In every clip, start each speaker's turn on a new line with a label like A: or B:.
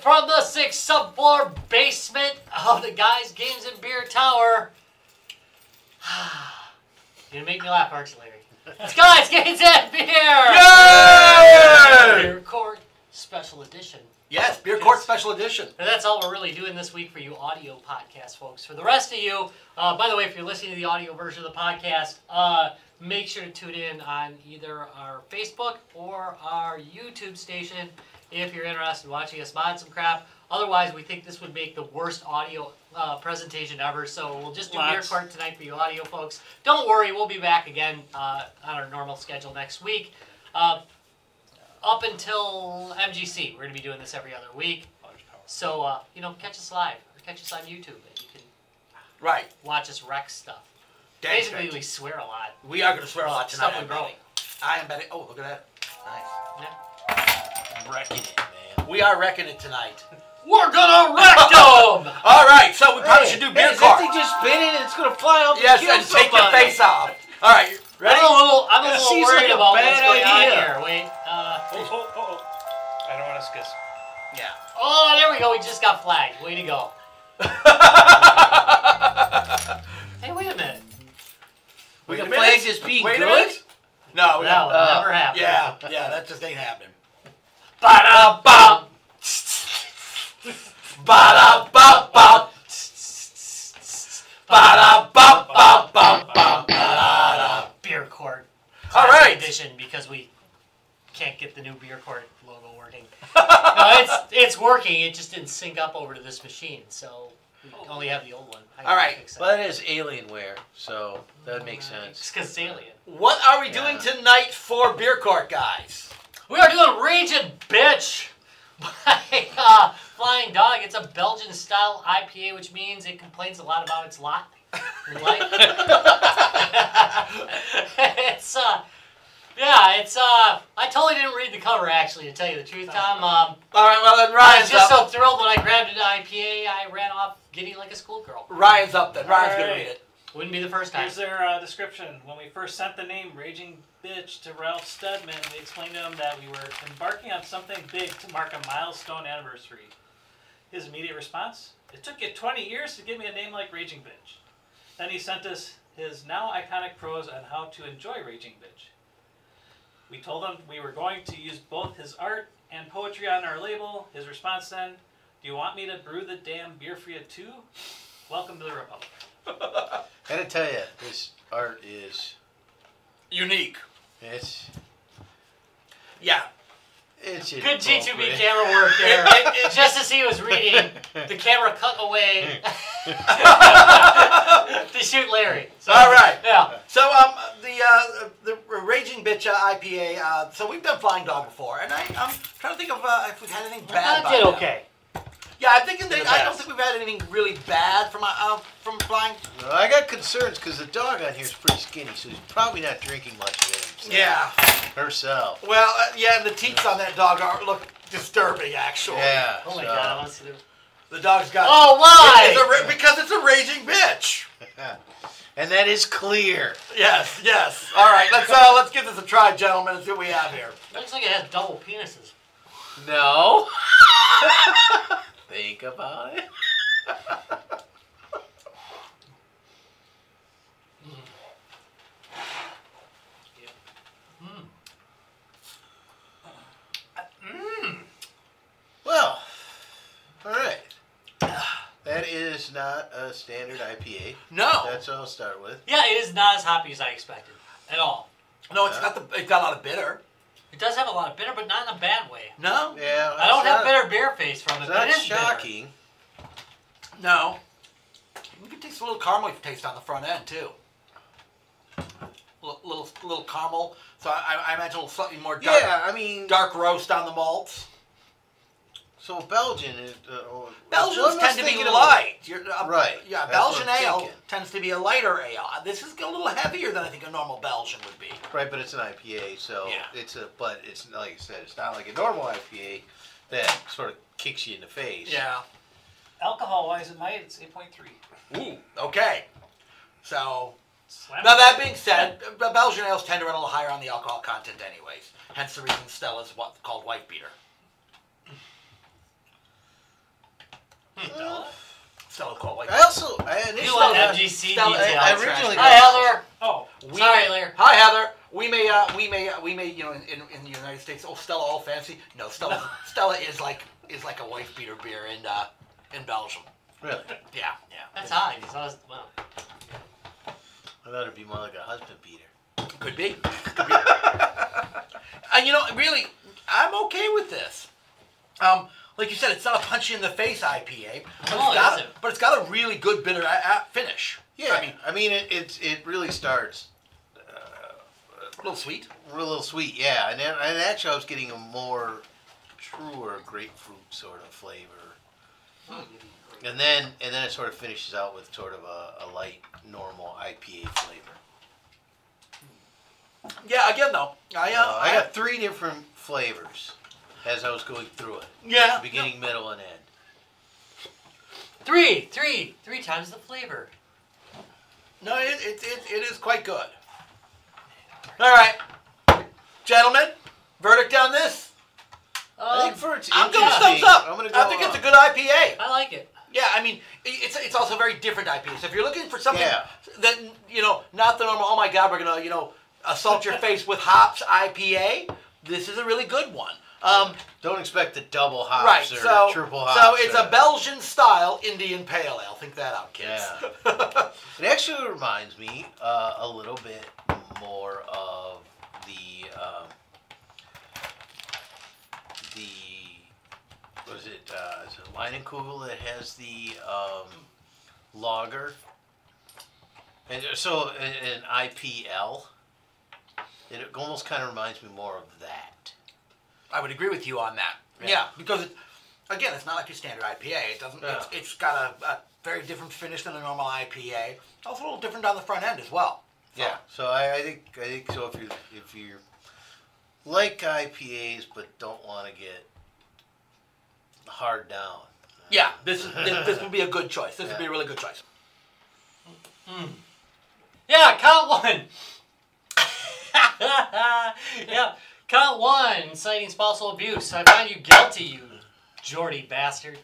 A: from the sixth subfloor basement of the guys' games and beer tower. You're gonna make me laugh, aren't you, Larry? It's guys, games and beer.
B: Yay!
A: Beer court special edition.
B: Yes, Beer
A: Yes.
B: Court Special Edition.
A: And that's all we're really doing this week for you audio podcast folks. For the rest of you, uh, by the way, if you're listening to the audio version of the podcast, uh, make sure to tune in on either our Facebook or our YouTube station if you're interested in watching us mod some crap. Otherwise, we think this would make the worst audio uh, presentation ever, so we'll just do beer
C: Lots.
A: court tonight for you audio folks. Don't worry, we'll be back again uh, on our normal schedule next week. Uh, up until MGC, we're going to be doing this every other week. So uh, you know, catch us live or catch us on YouTube, and you can
B: Right.
A: watch us wreck stuff.
B: Damn
A: Basically,
B: straight.
A: we swear a lot.
B: we are going to swear a lot tonight.
A: Stuff
B: I'm
A: we wrote.
B: betting. I am betting. Oh, look at that. Nice.
C: Wrecking it, man.
B: We are wrecking it tonight.
A: We're gonna wreck them.
B: All right, so we probably should do Beer
C: Hey,
B: Court.
C: Is that thing just spinning and it's gonna fly off
B: Yes,
C: and kill
B: and take your
C: somebody?
B: face off. All right, ready?
A: I'm a little, I'm a
C: That
A: little
C: seems
A: worried
C: like a
A: about what's
C: bad
A: going
C: idea.
A: on here. Wait. Uh,
D: Oh, oh, oh, oh. I don't want to skis.
B: Yeah.
A: oh, there we go. We just got flagged. Way to go. Hey, wait a minute.
B: Wait
C: The
B: a
C: flags
B: minute.
C: is being
B: Wait a
C: good?
B: minute. No,
A: That
B: we
A: would
B: don't.
C: uh,
A: never happen.
B: Yeah, yeah, that just ain't happening.
A: Ba da bum.
B: Ba da ba ba. Ba da ba ba ba ba ba da da.
A: uh, Beer court.
B: All
A: classic
B: right.
A: edition because we can't get the new beer court logo working. no, it's it's working. It just didn't sync up over to this machine, so we only have the old one. I
B: All right,
C: Well, that is Alienware, so that makes sense.
A: because Uh, it's alien.
B: What are we
C: Yeah.
B: doing tonight for Beer Court, guys?
A: We are doing Raging Bitch by uh, Flying Dog. It's a Belgian style IPA, which means it complains a lot about its lot. Life. it's uh, yeah, it's uh, I totally didn't read the cover actually, to tell you the truth, Tom. Um,
B: All right, well then
A: I was
B: Ryan's
A: just
B: Oh. up.
A: so thrilled when I grabbed an IPA, I ran off giddy like a schoolgirl.
B: Ryan's up then. Ryan's gonna
D: Alright.
B: read it.
A: Wouldn't be the first time.
D: Here's their uh, description. When we first sent the name Raging Bitch to Ralph Steadman, we explained to him that we were embarking on something big to mark a milestone anniversary. His immediate response It took you 20 years to give me a name like Raging Bitch. Then he sent us his now iconic prose on how to enjoy Raging Bitch. We told him we were going to use both his art and poetry on our label. His response then, Do you want me to brew the damn beer for you too? Welcome to the Republic.
C: Gotta tell you, this art is
B: Unique.
C: it's
B: Yeah.
C: it's
A: Good G2B
C: inappropriate.
A: camera work there.
B: It- Oh, it-
A: just as he was reading, the camera cut away to shoot Larry. So,
B: All right.
A: Yeah.
B: So um the uh, the raging bitch uh, IPA. Uh, so we've done Flying Dog before, and I, I'm trying to think of uh, if we've had anything bad.
A: I
B: by
A: did
B: now.
A: okay.
B: Yeah, I'm thinking
C: In
B: that
C: the
B: I don't
C: past.
B: think we've had anything really bad from uh, from Flying.
C: Well, I got concerns because the dog on here is pretty skinny, so he's probably not drinking much of it himself.
B: Yeah.
C: herself.
B: Well, uh, yeah, the teats on that dog are look disturbing. Actually.
C: Yeah.
A: Oh my
C: so-
A: god, I want to see the.
B: The dog's got.
A: Oh,
B: It's a
A: why?
B: ra- because it's a raging bitch.
C: And that is clear.
B: Yes, yes. All right, let's uh, let's give this a try, gentlemen, and see what we have here.
A: Looks like it has double penises.
C: No. Think about it. Hmm. Well, all right. That is not a standard IPA.
B: No,
C: That's what I'll start with.
A: Yeah, it is not as hoppy as I expected at all.
B: no, it's got the it's got a lot of bitter.
A: It does have a lot of bitter, but not in a bad way.
B: No,
C: Yeah.
A: I don't
C: it's
A: have
C: not-
A: bitter beer face from it,
C: It's
A: but
C: not
A: it is bitter.
C: shocking.
B: no. You can taste a little caramel taste on the front end too. L- little little caramel. So I, I imagine a little slightly more dark
C: Yeah, I mean,
B: dark roast on the malts.
C: so Belgian is. Uh, oh,
B: Belgians
C: one was
B: tend to be
C: thinking of-
B: light. You're, uh,
C: Right,
B: Yeah,
C: that's
B: Belgian
C: what I'm
B: ale
C: thinking.
B: tends to be a lighter ale. This is a little heavier than I think a normal Belgian would be.
C: Right, but it's an IPA, so
B: Yeah.
C: it's a. But it's like I said, it's not like a normal IPA that sort of kicks you in the face.
B: Yeah.
D: Alcohol wise, it might. It's 8.3.
B: Ooh. Okay. So
D: Slam
B: Now
D: it.
B: that being said, the Belgian ales tend to run a little higher on the alcohol content, anyways. Hence the reason Stella's what called white beater. Stella Caldwell.
C: I also I
A: You
C: initially
A: want
C: got-
A: MGC
B: Stella- I-
A: details.
C: I originally
A: Hi, Heather.
D: Oh,
B: We-
A: Sorry, Larry.
B: Hi, Heather. We may, uh, we may, uh, we may, you know, in, in, in the United States, oh, Stella all fancy. No, Stella, Stella is like is like a wife beater beer in uh, in Belgium.
C: Really,
B: Yeah, yeah,
A: That's high. 'cause I was, wow.
C: I thought it'd be more like a husband beater.
B: could be. Could be. and you know, really, I'm okay with this. Um, like you said, it's not a punch you in the face IPA, but,
A: No, it
B: it's, got a,
A: isn't.
B: but it's got a really good bitter a a- finish.
C: Yeah,
B: I mean,
C: I mean it, it's it really starts
B: a little sweet.
C: real little sweet, yeah, and then, and actually I was getting a more truer grapefruit sort of flavor. And then and then it sort of finishes out with sort of a, a light normal IPA flavor.
B: Yeah, again though, I, uh,
C: Uh, I got three different flavors as I was going through it.
B: Yeah,
C: Beginning, middle, and end.
A: Three, three, three times the flavor.
B: No, it, it, it, it is quite good. All right, gentlemen, verdict on this?
C: I
A: Um,
C: think for its
B: I'm going
C: interesting-
B: thumbs up.
C: I'm gonna go
B: I think it's a
C: up.
B: good IPA.
A: I like it.
B: Yeah, I mean, i- it's it's also very different IPA. So if you're looking for something
C: Yeah.
B: that you know, not the normal. Oh my God, we're gonna you know assault your face with hops IPA. This is a really good one. Um,
C: Don't expect the double hops
B: right,
C: or
B: so
C: triple
B: so
C: hops.
B: it's
C: or-
B: a Belgian style Indian Pale Ale. Think that out, kids.
C: It actually reminds me uh, a little bit more of the um, the was it uh, is it Leinenkugel that has the um, lager, and uh, so an IPL. It almost kind of reminds me more of that.
B: I would agree with you on that.
C: Yeah.
B: Yeah, because it, again, it's not like your standard IPA. It doesn't. It's,
C: Yeah.
B: it's got a, a very different finish than a normal IPA. Also a little different on the front end as well. So,
C: Yeah. So I, I think I think so. If you if you like IPAs but don't want to get hard down,
B: Yeah. This is this, this would be a good choice. This would be a
C: Yeah.
B: really good choice.
A: Yeah, count one. yeah, count one. Inciting spousal abuse. I find you guilty, you Geordie bastard.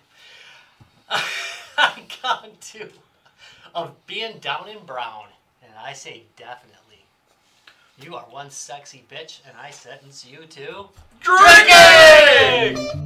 A: I count two of being down and brown, and I say definitely. You are one sexy bitch, and I sentence you to
B: Drinking.
A: drinking.